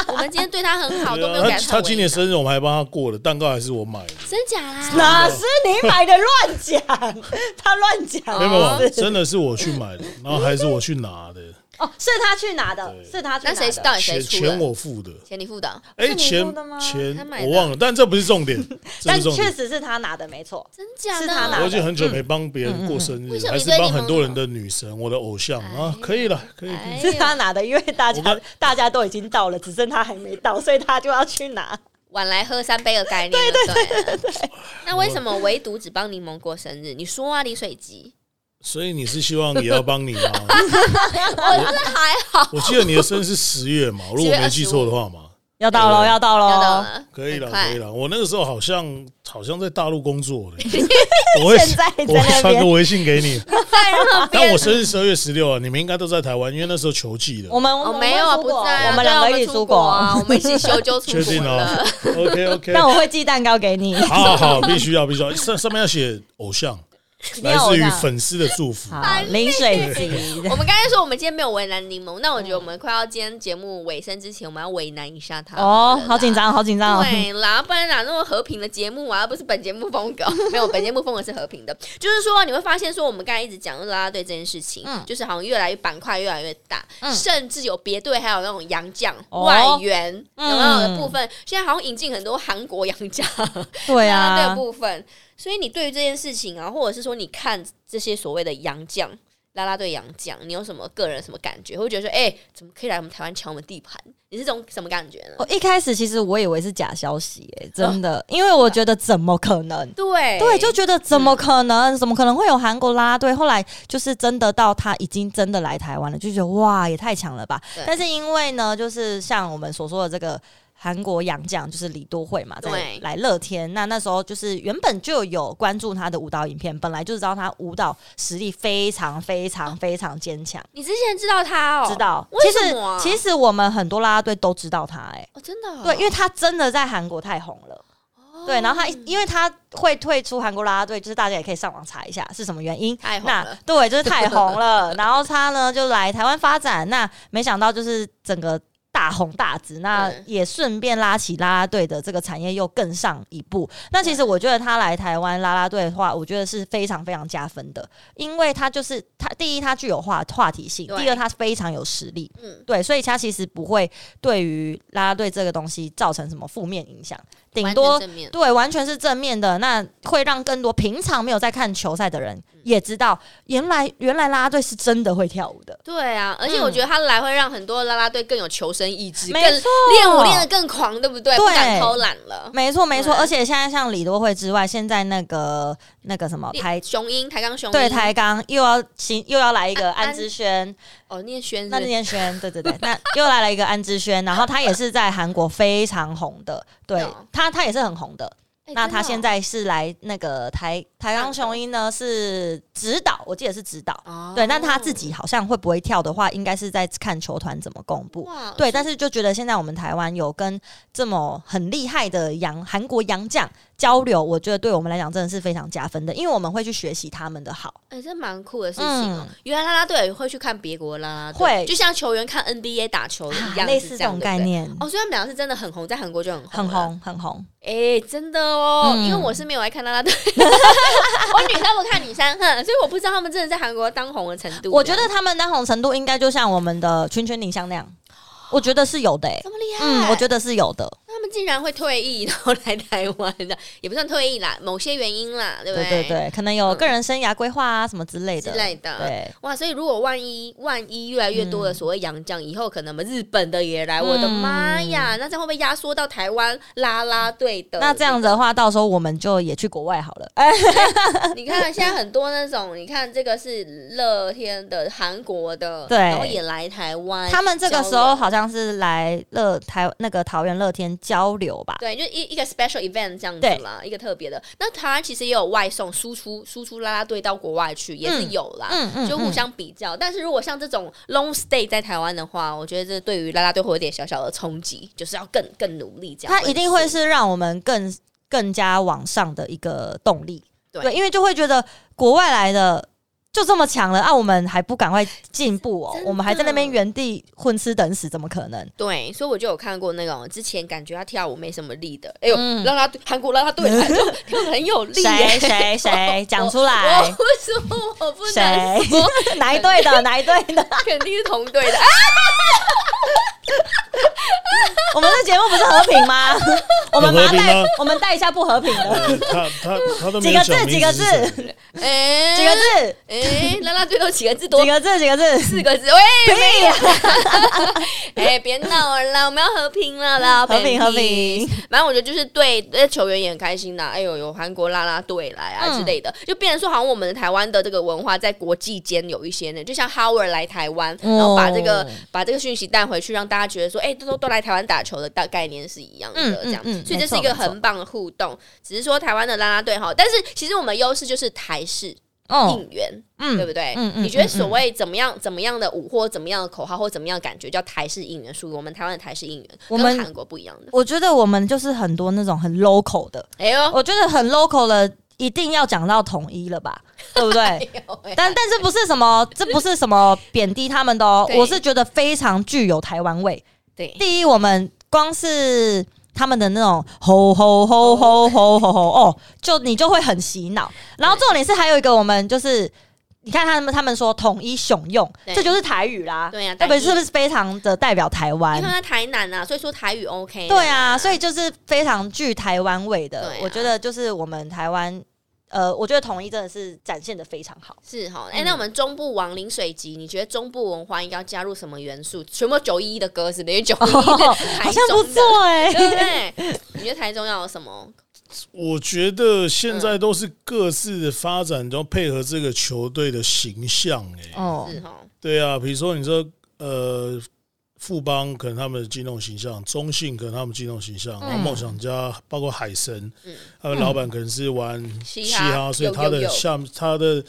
[SPEAKER 2] 我们今天对他很好，都没有
[SPEAKER 4] 对
[SPEAKER 2] 给
[SPEAKER 4] 啊他
[SPEAKER 2] 太
[SPEAKER 4] 他
[SPEAKER 2] 为
[SPEAKER 4] 今年
[SPEAKER 2] 难
[SPEAKER 4] 生日我们还帮他过了，蛋糕还是我买的。
[SPEAKER 2] 真假啦？
[SPEAKER 3] 哪是啊你买的乱 讲？他乱讲
[SPEAKER 2] 哦
[SPEAKER 4] 没有没有，
[SPEAKER 3] 是
[SPEAKER 4] 真的是我去买的，然后还是我去拿的，
[SPEAKER 3] 哦，是他去拿的，
[SPEAKER 4] 对
[SPEAKER 3] 是他去拿
[SPEAKER 2] 那
[SPEAKER 3] 的。
[SPEAKER 2] 谁到底啊谁
[SPEAKER 4] 钱
[SPEAKER 2] 出
[SPEAKER 4] 钱
[SPEAKER 2] 了？
[SPEAKER 4] 我付的。
[SPEAKER 2] 钱你付的，
[SPEAKER 4] 哎、
[SPEAKER 3] 是你
[SPEAKER 4] 钱
[SPEAKER 3] 付的吗
[SPEAKER 2] 他买
[SPEAKER 4] 钱
[SPEAKER 2] 的
[SPEAKER 4] 我忘了，但这不是重点，这不
[SPEAKER 3] 但
[SPEAKER 4] 是重
[SPEAKER 3] 确
[SPEAKER 4] 点。
[SPEAKER 3] 实是他拿的，没错。
[SPEAKER 2] 真假
[SPEAKER 3] 是他拿
[SPEAKER 4] 我
[SPEAKER 3] 的
[SPEAKER 4] 已经很久没帮别人过生
[SPEAKER 2] 为
[SPEAKER 4] 日，
[SPEAKER 2] 什么
[SPEAKER 4] 还
[SPEAKER 2] 你
[SPEAKER 4] 是
[SPEAKER 2] 对
[SPEAKER 4] 帮
[SPEAKER 2] 柠檬
[SPEAKER 4] 很多人的女神，我的偶像啊，可以了，可以。
[SPEAKER 2] 哎
[SPEAKER 3] 是他
[SPEAKER 2] 呦，
[SPEAKER 3] 拿的，因为大
[SPEAKER 4] 我
[SPEAKER 3] 家
[SPEAKER 4] 们
[SPEAKER 3] 大家都已经到了，只剩他还没到，所以他就要去 拿。
[SPEAKER 2] 晚来喝三杯的概念，对对对对那为什么唯独只帮柠檬过生日？你说啊，李水吉，
[SPEAKER 4] 所以你是希望也要帮你吗？
[SPEAKER 3] 哦
[SPEAKER 2] 哦我觉得还好，
[SPEAKER 4] 我记得你的生日是十月嘛，如果我没记错的话嘛，
[SPEAKER 3] 要到喽，要到
[SPEAKER 2] 要到
[SPEAKER 3] 喽！
[SPEAKER 2] 了，
[SPEAKER 4] 可以了，
[SPEAKER 2] 很快
[SPEAKER 4] 可以了。我那个时候好像好像在大陆工作的，我会
[SPEAKER 3] 现在在
[SPEAKER 4] 我会
[SPEAKER 3] 那
[SPEAKER 4] 传个
[SPEAKER 3] 边，
[SPEAKER 4] 微信给你。
[SPEAKER 2] 在 那
[SPEAKER 4] 但我
[SPEAKER 2] 边。
[SPEAKER 4] 生日十二月十六啊，你们应该都在台湾，因为那时候球季的。
[SPEAKER 3] 我们
[SPEAKER 2] 哦，
[SPEAKER 3] 我们
[SPEAKER 2] 没有啊，
[SPEAKER 3] 出
[SPEAKER 2] 不
[SPEAKER 3] 国
[SPEAKER 2] 在啊，
[SPEAKER 3] 我们
[SPEAKER 2] 对啊
[SPEAKER 3] 两个一起出
[SPEAKER 2] 出
[SPEAKER 3] 国
[SPEAKER 2] 啊，我们一起 休就出
[SPEAKER 4] 确定
[SPEAKER 2] 国
[SPEAKER 4] 哦
[SPEAKER 2] 了。
[SPEAKER 4] OK OK，
[SPEAKER 3] 但我会寄蛋糕给你。
[SPEAKER 4] 好好好，必须要必须要上上面要写 偶像，
[SPEAKER 3] 定
[SPEAKER 4] 来
[SPEAKER 3] 要偶
[SPEAKER 4] 自
[SPEAKER 3] 像
[SPEAKER 4] 于粉丝的祝福。
[SPEAKER 3] 好，零水
[SPEAKER 2] 我
[SPEAKER 3] 集，
[SPEAKER 2] 们刚才说我们今天没有为难柠檬，那我觉得
[SPEAKER 3] 嗯
[SPEAKER 2] 我们快要今天节目尾声之前，我们要为难一下他。
[SPEAKER 3] 哦，好紧
[SPEAKER 2] 张。
[SPEAKER 3] 张，好紧张哦！
[SPEAKER 2] 对啦，不然哪那么和平的节目啊？不是本节目风 格，没有本节目风格是和平的，就是说你会发现，说我们刚才一直讲啦啦队这件事情，
[SPEAKER 3] 嗯
[SPEAKER 2] 就是好像越来越板块越来越大，
[SPEAKER 3] 嗯
[SPEAKER 2] 甚至有别队，还有那种洋将、
[SPEAKER 3] 哦
[SPEAKER 2] 外援，有
[SPEAKER 3] 嗯
[SPEAKER 2] 没有的部分？现在好像引进很多韩国洋将，
[SPEAKER 3] 对
[SPEAKER 2] 啦啦队的
[SPEAKER 3] 啊，
[SPEAKER 2] 部分。所以你对于这件事情啊，或者是说你看这些所谓的洋将。啦啦队洋将，你有什么个人什么感觉？会觉得说，哎、怎么可以来我们台湾抢我们地盘？你是这种什么感觉呢？
[SPEAKER 3] 我一开始其实我以为是假消息、欸，真的，因为我觉得怎么可能？
[SPEAKER 2] 哦对
[SPEAKER 3] 对，就觉得怎么可能？怎么可能会有韩国啦啦队？后来就是真的到他已经真的来台湾了，就觉得哇，也太强了吧
[SPEAKER 2] 对！
[SPEAKER 3] 但是因为呢，就是像我们所说的这个。韩国洋将就是李多惠嘛，在
[SPEAKER 2] 对
[SPEAKER 3] 来乐天。那那时候就是原本就有关注他的舞蹈影片，本来就知道他舞蹈实力非常非常非常坚强。
[SPEAKER 2] 你之前知道他哦？
[SPEAKER 3] 知道，
[SPEAKER 2] 为
[SPEAKER 3] 其
[SPEAKER 2] 什
[SPEAKER 3] 实
[SPEAKER 2] 么啊
[SPEAKER 3] 其实我们很多啦啦队都知道他、哎、
[SPEAKER 2] 哦，真的哦、
[SPEAKER 3] 对，因为他真的在韩国太红了。对，然后他因为他会退出韩国啦啦队，就是大家也可以上网查一下是什么原因。
[SPEAKER 2] 太红
[SPEAKER 3] 那
[SPEAKER 2] 了
[SPEAKER 3] 对，就是太 红了。然后他呢就来台湾发展，那没想到就是整个大红大紫，那
[SPEAKER 2] 嗯
[SPEAKER 3] 也顺便拉起啦啦队的这个产业又更上一步。那其实我觉得他来台湾啦啦队的话，我觉得是非常非常加分的，因为他就是他第一他具有话话题性，
[SPEAKER 2] 对
[SPEAKER 3] 第二他非常有实力。
[SPEAKER 2] 嗯，
[SPEAKER 3] 对，所以他其实不会对于啦啦队这个东西造成什么负面影响，顶
[SPEAKER 2] 完全
[SPEAKER 3] 多
[SPEAKER 2] 正面
[SPEAKER 3] 对完全是正面的，那会让更多平常没有在看球赛的人
[SPEAKER 2] 嗯
[SPEAKER 3] 也知道，原来原来啦啦队是真的会跳舞的。
[SPEAKER 2] 对啊，而且我觉得他来会让很多啦啦队更有求生意志，
[SPEAKER 3] 没
[SPEAKER 2] 更
[SPEAKER 3] 错
[SPEAKER 2] 练舞练得更狂，对不对？
[SPEAKER 3] 对
[SPEAKER 2] 不敢偷懒了。
[SPEAKER 3] 没错，没错，
[SPEAKER 2] 哦对
[SPEAKER 3] 而且现在像李多惠之外，现在那个那个什么台
[SPEAKER 2] 雄鹰抬杠雄鹰
[SPEAKER 3] 对台钢又要新又要来一个
[SPEAKER 2] 安
[SPEAKER 3] 安之轩，
[SPEAKER 2] 哦，念轩
[SPEAKER 3] 那
[SPEAKER 2] 是不是
[SPEAKER 3] 念轩，对 对对，那又来了一个安之轩，然后他也是在韩国非常红的，对
[SPEAKER 2] 哦
[SPEAKER 3] 他他也是很红的，
[SPEAKER 2] 哎
[SPEAKER 3] 那
[SPEAKER 2] 真的
[SPEAKER 3] 他
[SPEAKER 2] 哦
[SPEAKER 3] 现在是来那个台台钢雄鹰呢，是指导，我记得是指导。
[SPEAKER 2] 哦
[SPEAKER 3] 对，但他自己好像会不会跳的话，应该是在看球团怎么公布。
[SPEAKER 2] 哇
[SPEAKER 3] 对，
[SPEAKER 2] 是
[SPEAKER 3] 但是就觉得现在我们台湾有跟这么很厉害的洋韩国洋将交流，我觉得对我们来讲真的是非常加分的，因为我们会去学习他们的好。
[SPEAKER 2] 哎，这蛮酷的事情哦
[SPEAKER 3] 嗯。
[SPEAKER 2] 原来啦啦队会去看别国啦啦队，
[SPEAKER 3] 会
[SPEAKER 2] 就像球员看 NBA 打球哦一样，
[SPEAKER 3] 啊类
[SPEAKER 2] 是
[SPEAKER 3] 似
[SPEAKER 2] 这
[SPEAKER 3] 这
[SPEAKER 2] 样
[SPEAKER 3] 种概。
[SPEAKER 2] 对不对
[SPEAKER 3] 念，
[SPEAKER 2] 哦，所以他们两个是真的很红，在韩国就很红，
[SPEAKER 3] 很。红很红。
[SPEAKER 2] 哎、真的哦，
[SPEAKER 3] 嗯
[SPEAKER 2] 因为我是没有爱看啦 啦队，我女生不看女生，哼，所以我不知道他们真的在韩国当红的程度。
[SPEAKER 3] 我觉得他们当红程度应该就像我们的圈圈林香那样，我觉得是有的、欸。
[SPEAKER 2] 这么厉害，
[SPEAKER 3] 嗯，我觉
[SPEAKER 2] 得
[SPEAKER 3] 得是有的。
[SPEAKER 2] 他们竟然会退役，然后来台湾的，也不算退役啦，某些原因啦，对不
[SPEAKER 3] 对
[SPEAKER 2] 对
[SPEAKER 3] 对对，可能有
[SPEAKER 2] 嗯
[SPEAKER 3] 个人生涯规划啊什么之类
[SPEAKER 2] 之
[SPEAKER 3] 的。
[SPEAKER 2] 类的。
[SPEAKER 3] 对，
[SPEAKER 2] 哇，所以如果万一万一越来越多
[SPEAKER 3] 嗯
[SPEAKER 2] 的所谓洋将，以后可能我们日本的也来，我的妈呀，那这样会不会压缩到台湾啦啦队的？
[SPEAKER 3] 那这样子的话，到时候我们就也去国外好了。哎，
[SPEAKER 2] 你看现在很多那种，你看这个是乐天的韩国的，
[SPEAKER 3] 对
[SPEAKER 2] 然后也来台湾，
[SPEAKER 3] 他们这个
[SPEAKER 2] 交
[SPEAKER 3] 时
[SPEAKER 2] 流
[SPEAKER 3] 候好像是来乐台那个桃园乐天交流吧？
[SPEAKER 2] 对，就一一个 special event 这样子
[SPEAKER 3] 对
[SPEAKER 2] 啦，一个特别的。那台湾其实也有外送输出输出啦啦队到国外去，也是
[SPEAKER 3] 嗯
[SPEAKER 2] 有啦。
[SPEAKER 3] 嗯嗯，
[SPEAKER 2] 就互
[SPEAKER 3] 嗯
[SPEAKER 2] 相比较，但是如果像这种 long stay 在台湾的话，我觉得这对于啦啦队会有点小小的冲击，就是要更更努力这样。
[SPEAKER 3] 它一定会是让我们更更加往上的一个动力。
[SPEAKER 2] 对
[SPEAKER 3] 对，因为就会觉得国外来的。就这么强了啊！我们还不赶快进步哦
[SPEAKER 2] 真，的
[SPEAKER 3] 我们还在那边原地混吃等死，怎么可能？
[SPEAKER 2] 对，所以我就有看过那种之前感觉他跳舞没什么力的，哎呦，
[SPEAKER 3] 嗯
[SPEAKER 2] 啦啦队韩国啦啦队哎来就 就很有力
[SPEAKER 3] 谁
[SPEAKER 2] 耶。
[SPEAKER 3] 谁谁讲出
[SPEAKER 2] 我
[SPEAKER 3] 来？
[SPEAKER 2] 不说，我不能
[SPEAKER 3] 谁
[SPEAKER 2] 说，
[SPEAKER 3] 哪一队的？哪一队的？
[SPEAKER 2] 肯定是同队的。
[SPEAKER 3] 我们的节目不是和平 吗？我们把它
[SPEAKER 4] 有和平
[SPEAKER 3] 带
[SPEAKER 4] 吗，
[SPEAKER 3] 我们带一下不和平的
[SPEAKER 4] 呃他他他都没
[SPEAKER 3] 几
[SPEAKER 4] 有
[SPEAKER 3] 个
[SPEAKER 4] 讲
[SPEAKER 3] 字，几
[SPEAKER 4] 名字
[SPEAKER 3] 个
[SPEAKER 4] 是
[SPEAKER 3] 字，
[SPEAKER 4] 谁
[SPEAKER 2] 哎，
[SPEAKER 3] 几个字，
[SPEAKER 2] 哎，啦啦队都几个字多
[SPEAKER 3] 几个字，几 个字，
[SPEAKER 2] 四个字，喂，
[SPEAKER 3] 屁呀！
[SPEAKER 2] 哎，别闹了啦，我们要和平了啦，
[SPEAKER 3] 和平
[SPEAKER 2] baby
[SPEAKER 3] 和平。
[SPEAKER 2] 反正我觉得就是对那球员也很开心啦，哎呦，有韩国啦啦队来啊
[SPEAKER 3] 嗯
[SPEAKER 2] 之类的，就变成说好像我们的台湾的这个文化在国际间有一些呢，就像 Howard 来台湾，
[SPEAKER 3] 哦
[SPEAKER 2] 然后把这个把这个讯息带回去，让大家家觉得说，哎、都都来台湾打球的大概念是一样
[SPEAKER 3] 嗯
[SPEAKER 2] 的，
[SPEAKER 3] 嗯
[SPEAKER 2] 这样，
[SPEAKER 3] 嗯
[SPEAKER 2] 所以这
[SPEAKER 3] 没
[SPEAKER 2] 是
[SPEAKER 3] 错
[SPEAKER 2] 一个
[SPEAKER 3] 没
[SPEAKER 2] 很棒的互动。只是说台湾的啦啦队哈，但是其实我们优势就是台式
[SPEAKER 3] 哦，
[SPEAKER 2] 应援，
[SPEAKER 3] 嗯
[SPEAKER 2] 对不对？
[SPEAKER 3] 嗯嗯
[SPEAKER 2] 你觉得
[SPEAKER 3] 嗯
[SPEAKER 2] 所
[SPEAKER 3] 嗯
[SPEAKER 2] 谓怎么样怎么样的舞或怎么样的口号或怎么样的感觉叫台式应援？属于我们台湾的台式应援，
[SPEAKER 3] 我们
[SPEAKER 2] 跟韩国不一样的。
[SPEAKER 3] 我觉得我们就是很多那种很 local 的，
[SPEAKER 2] 哎呦，
[SPEAKER 3] 我觉得很 local 的，一定要讲到统一了 吧，对不对？
[SPEAKER 2] 哎呦喂
[SPEAKER 3] 但但这不是什么，这不是什么贬低他们的哦，
[SPEAKER 2] 对
[SPEAKER 3] 我是觉得非常具有台湾味。
[SPEAKER 2] 对，
[SPEAKER 3] 第一，我们光是他们的那种吼吼吼吼吼吼吼哦，就你就会很洗脑。然后重点是还有一个，我们就是你看他们他们说统一雄用，
[SPEAKER 2] 对
[SPEAKER 3] 这就是台语啦，
[SPEAKER 2] 对呀啊
[SPEAKER 3] 特别
[SPEAKER 2] 台语
[SPEAKER 3] 是不是非常的代表台
[SPEAKER 2] 因为
[SPEAKER 3] 湾
[SPEAKER 2] 他？们在台南啊，所以说台语 OK 的。
[SPEAKER 3] 对啊，所以就是非常具台湾味的。
[SPEAKER 2] 对啊
[SPEAKER 3] 我觉得就是我们台湾，呃，我觉得统一真的是展现的非常 好。
[SPEAKER 2] 是哈，
[SPEAKER 3] 嗯
[SPEAKER 2] 哎、那我们中部亡灵水集，你觉得中部文化应该要加入什么元素？全部九一一的歌是不是？因为九一一
[SPEAKER 3] 哦
[SPEAKER 2] 台
[SPEAKER 3] 好像不
[SPEAKER 2] 中的，
[SPEAKER 3] 错哎、
[SPEAKER 2] 对不对？你觉得台中要有什么？
[SPEAKER 4] 我觉得现
[SPEAKER 3] 嗯
[SPEAKER 4] 在都是各自发展，然后配合这个球队的形象、哎、
[SPEAKER 3] 哦
[SPEAKER 2] 是哈，
[SPEAKER 4] 对啊，比如说你说呃，富邦可能他们的金融形象，中信可能他们金融形象，然后梦想家包括海神，
[SPEAKER 2] 嗯
[SPEAKER 4] 他们老板可能是玩
[SPEAKER 2] 嘻哈
[SPEAKER 4] 嘻哈，所以
[SPEAKER 2] 有
[SPEAKER 4] 他
[SPEAKER 2] 有
[SPEAKER 4] 的
[SPEAKER 2] 有
[SPEAKER 4] 下他的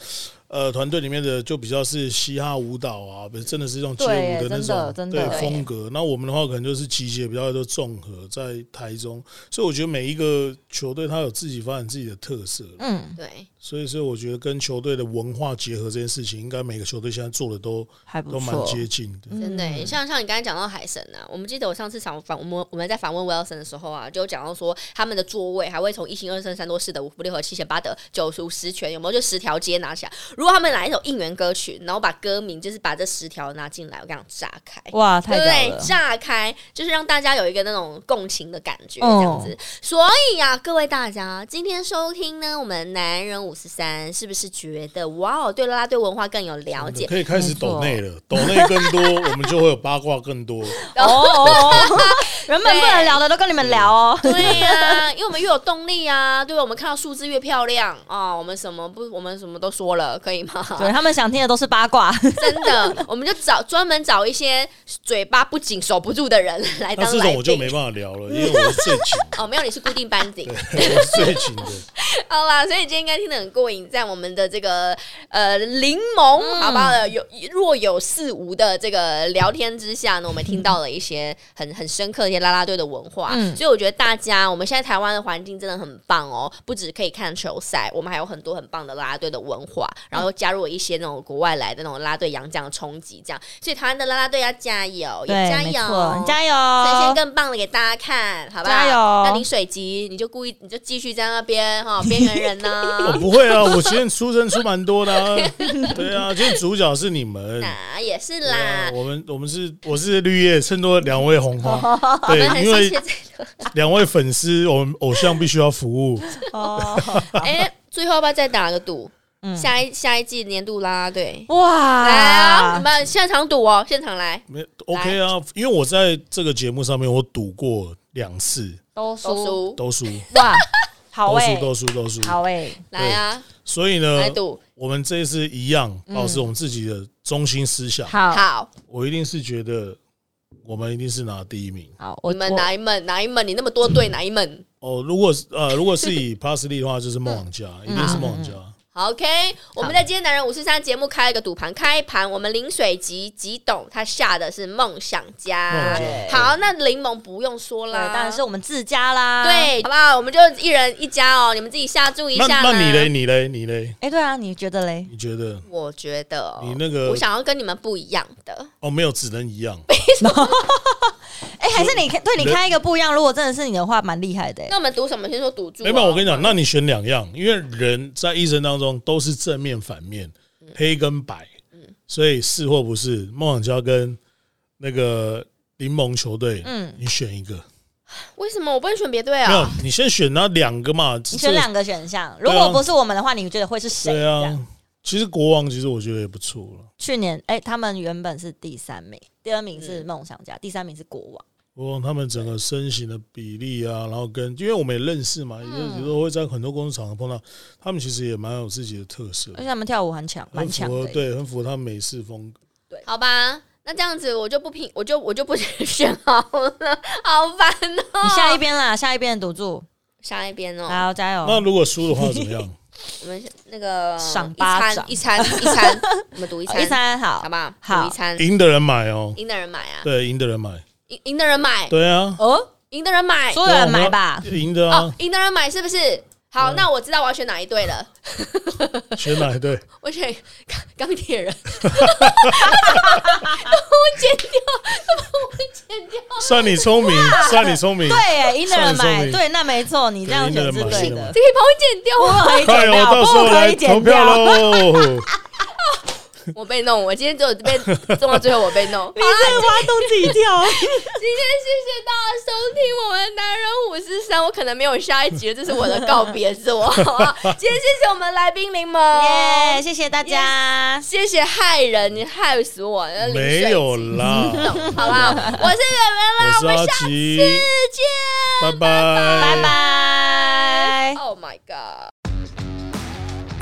[SPEAKER 4] 呃团队里面的就比较是嘻哈舞蹈啊，不是真的是这种街
[SPEAKER 3] 对耶
[SPEAKER 4] 舞那
[SPEAKER 3] 真的
[SPEAKER 4] 种
[SPEAKER 3] 真的
[SPEAKER 4] 对
[SPEAKER 2] 嗯对
[SPEAKER 4] 风格。那我们的话可能就是集结比较多综合在台中，所以我觉得每一个球队它有自己发展自己的特色，
[SPEAKER 3] 嗯，
[SPEAKER 2] 对，
[SPEAKER 4] 所以所以我觉得跟球队的文化结合这件事情，应该每个球队现在做的都
[SPEAKER 3] 还不
[SPEAKER 4] 都蛮
[SPEAKER 3] 错。
[SPEAKER 4] 接近的。
[SPEAKER 2] 真的、
[SPEAKER 3] 嗯
[SPEAKER 2] 欸，像像你刚才讲到海神啊，我们记得我上次访访我们我们在访问 Wilson 的时候啊，就有讲到说他们的座位还会从一星、二星、三多、四的、五福、六合、七贤、八德、九十、十全，有没有就十条街拿起来？如果他们来一首应援歌曲，然后把歌名就是把这十条拿进来，我跟你讲炸开。
[SPEAKER 3] 哇，哦太
[SPEAKER 2] 对不
[SPEAKER 3] 屌
[SPEAKER 2] 对？
[SPEAKER 3] 了！
[SPEAKER 2] 炸开就是让大家有一个那种共情的感觉，这样子。
[SPEAKER 3] 哦
[SPEAKER 2] 所以呀、各位大家，今天收听呢，我们男人五十三是不是觉得哇哦，对啦啦队文化更有了解？
[SPEAKER 4] 可以开始抖内了，抖内更多，我们就会有八卦更多。
[SPEAKER 3] 哦哦， 哦原本不能聊的都跟你们聊哦。
[SPEAKER 2] 对呀、因为我们越有动力啊，对吧？我们看到数字越漂亮啊、我们什么不，我们什么都说了，可以吗？
[SPEAKER 3] 对他们想听的都是八卦，
[SPEAKER 2] 真的，我们就找专门找一些嘴巴不紧、守不住的人来
[SPEAKER 4] 那
[SPEAKER 2] 当
[SPEAKER 4] 这
[SPEAKER 2] 来
[SPEAKER 4] 种我就
[SPEAKER 2] 宾。
[SPEAKER 4] 没办法聊了，因为我是最紧
[SPEAKER 2] 哦，没有，你是固定班底。
[SPEAKER 4] 的，我是最紧的。
[SPEAKER 2] 好啦，所以今天应该听得很过瘾，在我们的这个呃柠檬，
[SPEAKER 3] 嗯
[SPEAKER 2] 好不好？有若有似无的这个聊天之下呢，我们听到了一些很很深刻的一些啦啦队的文化，
[SPEAKER 3] 嗯
[SPEAKER 2] 所以我觉得大家我们现在台湾的环境真的很棒哦，不只可以看球赛，我们还有很多很棒的啦啦队的文化，
[SPEAKER 3] 嗯
[SPEAKER 2] 然后又加入了一些那种国外来的那种啦啦队洋将的冲击，这样，所以台湾的啦啦队要加油，也加
[SPEAKER 3] 对，
[SPEAKER 2] 油
[SPEAKER 3] 没，错，加
[SPEAKER 2] 呈现
[SPEAKER 3] 油！
[SPEAKER 2] 更棒的给大家看，好不好？
[SPEAKER 3] 哦加油
[SPEAKER 2] 那林水吉，你就故意你就继续在那边 哈，边缘人
[SPEAKER 4] 我
[SPEAKER 2] 呢、
[SPEAKER 4] 不会啊，我今天出声出蛮多的、啊，对啊，今天主角是你们。
[SPEAKER 2] 哪也是
[SPEAKER 4] 对啊
[SPEAKER 2] 啦，。
[SPEAKER 4] 我们我们是我是绿叶，衬托两位红花，
[SPEAKER 2] 我们
[SPEAKER 4] 对，
[SPEAKER 2] 很
[SPEAKER 4] 因
[SPEAKER 2] 谢
[SPEAKER 4] 为
[SPEAKER 2] 谢这个。
[SPEAKER 4] 两位粉丝，我们偶像必须要服务。
[SPEAKER 3] 哦，
[SPEAKER 2] 哎，最后要不要再打个赌？
[SPEAKER 3] 嗯
[SPEAKER 2] 下一下一季年度啦，对，来啊，我
[SPEAKER 3] 哇，
[SPEAKER 2] 们现场赌哦，现场来。
[SPEAKER 4] 没 OK 啊，因为我在这个节目上面我赌过两次，
[SPEAKER 3] 都
[SPEAKER 2] 都
[SPEAKER 3] 输
[SPEAKER 2] 哦输
[SPEAKER 4] 都输，
[SPEAKER 3] 哇， 好
[SPEAKER 4] 都输，
[SPEAKER 3] 哎，
[SPEAKER 4] 都输，都输。
[SPEAKER 3] 好哎，
[SPEAKER 2] 来啊，
[SPEAKER 4] 所以呢
[SPEAKER 2] 欸来，赌嗯
[SPEAKER 4] 我们这一次一样保持我们自己的中心思想。
[SPEAKER 3] 好
[SPEAKER 2] 好，
[SPEAKER 4] 我一定是觉得我们一定是拿第一名。
[SPEAKER 3] 好，我
[SPEAKER 2] 你们
[SPEAKER 3] 我
[SPEAKER 2] 哪一门哪一门？你那么多队哪一门？
[SPEAKER 4] 哦，如果是 呃，如果是以 Plus 力的话，就是梦想家，一定是梦想家。
[SPEAKER 2] 好，OK，我们在今天男人五四三节目开了个赌盘，开盘我们林水吉吉董他下的是梦想家
[SPEAKER 4] 梦想，家
[SPEAKER 2] 好，那柠檬不用说
[SPEAKER 3] 对，
[SPEAKER 2] 啦，
[SPEAKER 3] 当然是我们自家啦。，
[SPEAKER 2] 对，好不好？我们就一人一家哦，你们自己下注一
[SPEAKER 4] 那
[SPEAKER 2] 下啦
[SPEAKER 4] 那你嘞？？你嘞？你嘞？
[SPEAKER 3] 哎，对啊，你觉得嘞？
[SPEAKER 4] 你觉得？
[SPEAKER 2] 我觉得哦
[SPEAKER 4] 你那个
[SPEAKER 2] 我想要跟你们不一样的，
[SPEAKER 4] 哦，没有，只能一样。
[SPEAKER 3] 哎，还是你开对你
[SPEAKER 4] 人
[SPEAKER 3] 开一个不一样，如果真的是你的话，蛮厉害的。哎
[SPEAKER 2] 那我们赌什么？先说赌注、哦。
[SPEAKER 4] 没有，我跟你讲，那你选两样，因为人在一生当中都是正面、反面、
[SPEAKER 3] 嗯
[SPEAKER 4] 黑跟白，所以是或不是，梦想家跟那个柠檬球队，
[SPEAKER 3] 嗯
[SPEAKER 4] 你选一个。
[SPEAKER 2] 为什么我不能选别队
[SPEAKER 4] 没有
[SPEAKER 2] 啊？，
[SPEAKER 4] 你先选那两个嘛。
[SPEAKER 3] 你
[SPEAKER 4] 你
[SPEAKER 3] 选两个选项，如果不是我们的话，你觉得会是谁？
[SPEAKER 4] 啊对
[SPEAKER 3] 这样
[SPEAKER 4] 啊，其实国王其实我觉得也不错了。
[SPEAKER 3] 去年哎、他们原本是第三名，第二名是梦想家，第三名是国王。
[SPEAKER 4] 国王他们整个身形的比例啊，然后跟因为我们也认识
[SPEAKER 3] 嗯
[SPEAKER 4] 嘛，有时候会在很多工作场合碰到，他们其实也蛮有自己的特色
[SPEAKER 3] 哎而，且他们跳舞很强，蛮
[SPEAKER 4] 很
[SPEAKER 3] 强
[SPEAKER 4] 符
[SPEAKER 3] 的欸
[SPEAKER 4] 合
[SPEAKER 3] 耶。
[SPEAKER 4] 对，很符合他们美式风格。
[SPEAKER 2] 好吧，那这样子我就不评，我就我就不选好了， 好烦哦、
[SPEAKER 3] 你下一边啦，下一边的赌注，
[SPEAKER 2] 下一边哦、
[SPEAKER 3] 来哦，加
[SPEAKER 4] 那
[SPEAKER 3] 油！
[SPEAKER 4] 如果输的话怎么样？
[SPEAKER 2] 我们那个
[SPEAKER 3] 赏
[SPEAKER 2] 一
[SPEAKER 3] 巴
[SPEAKER 2] 餐
[SPEAKER 3] 掌
[SPEAKER 2] 一餐一 餐，我们赌一餐，
[SPEAKER 3] 一三好
[SPEAKER 2] 好不好？
[SPEAKER 3] 好
[SPEAKER 2] 赌一餐，
[SPEAKER 4] 赢的人买哦，
[SPEAKER 2] 赢的人买啊，
[SPEAKER 4] 对，赢的人买，
[SPEAKER 2] 赢赢的人买，
[SPEAKER 4] 对啊，
[SPEAKER 3] 哦，
[SPEAKER 2] 赢的人买，
[SPEAKER 3] 所有
[SPEAKER 4] 哦
[SPEAKER 3] 人买 吧，
[SPEAKER 4] 赢的
[SPEAKER 2] 哦
[SPEAKER 4] 啊，，
[SPEAKER 2] 赢的人买是不是？好，那我知道我要选哪一队了，
[SPEAKER 4] 选哪一队？
[SPEAKER 2] 我选钢钢铁 人，
[SPEAKER 4] 算 你聪明，算你聪明，
[SPEAKER 3] 对耶，赢的人
[SPEAKER 4] 算你聪
[SPEAKER 3] 买，
[SPEAKER 4] 明
[SPEAKER 3] 对，那没错，你这样选是对
[SPEAKER 4] 对赢的人 买
[SPEAKER 3] 的。
[SPEAKER 2] 这可以帮我剪掉吗？
[SPEAKER 3] 可以
[SPEAKER 4] 快
[SPEAKER 3] 剪
[SPEAKER 4] 哦，
[SPEAKER 3] 掉，
[SPEAKER 4] 到时候
[SPEAKER 3] 不可
[SPEAKER 4] 来
[SPEAKER 3] 以
[SPEAKER 4] 投
[SPEAKER 3] 剪
[SPEAKER 4] 票
[SPEAKER 3] 掉。
[SPEAKER 4] 喽。
[SPEAKER 2] 我被弄，我今天只有被弄到最后，我被弄。好
[SPEAKER 3] 你这个挖洞自己跳，
[SPEAKER 2] 今天谢谢大家收听我们《男人五十三》，我可能没有下一集了，这是我的告别作。 好吧今天谢谢我们来宾柠檬
[SPEAKER 3] 耶！谢谢大 家，
[SPEAKER 2] 谢谢害人，你害死我！淋水
[SPEAKER 4] 没有
[SPEAKER 2] 机
[SPEAKER 4] 啦，
[SPEAKER 2] 好啦，我是
[SPEAKER 4] 我
[SPEAKER 2] 圆
[SPEAKER 4] 是
[SPEAKER 2] 圆啦，我
[SPEAKER 4] 阿
[SPEAKER 2] 们下
[SPEAKER 4] 吉，
[SPEAKER 2] 次见。
[SPEAKER 4] 拜拜，
[SPEAKER 3] 拜拜。
[SPEAKER 2] Oh my god！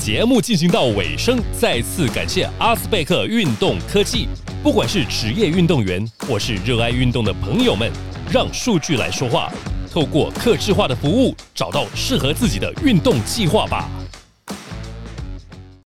[SPEAKER 1] 节目进行到尾声，再次感谢阿斯贝克运动科技。不管是职业运动员或是热爱运动的朋友们，让数据来说话，透过客制化的服务，找到适合自己的运动计划吧。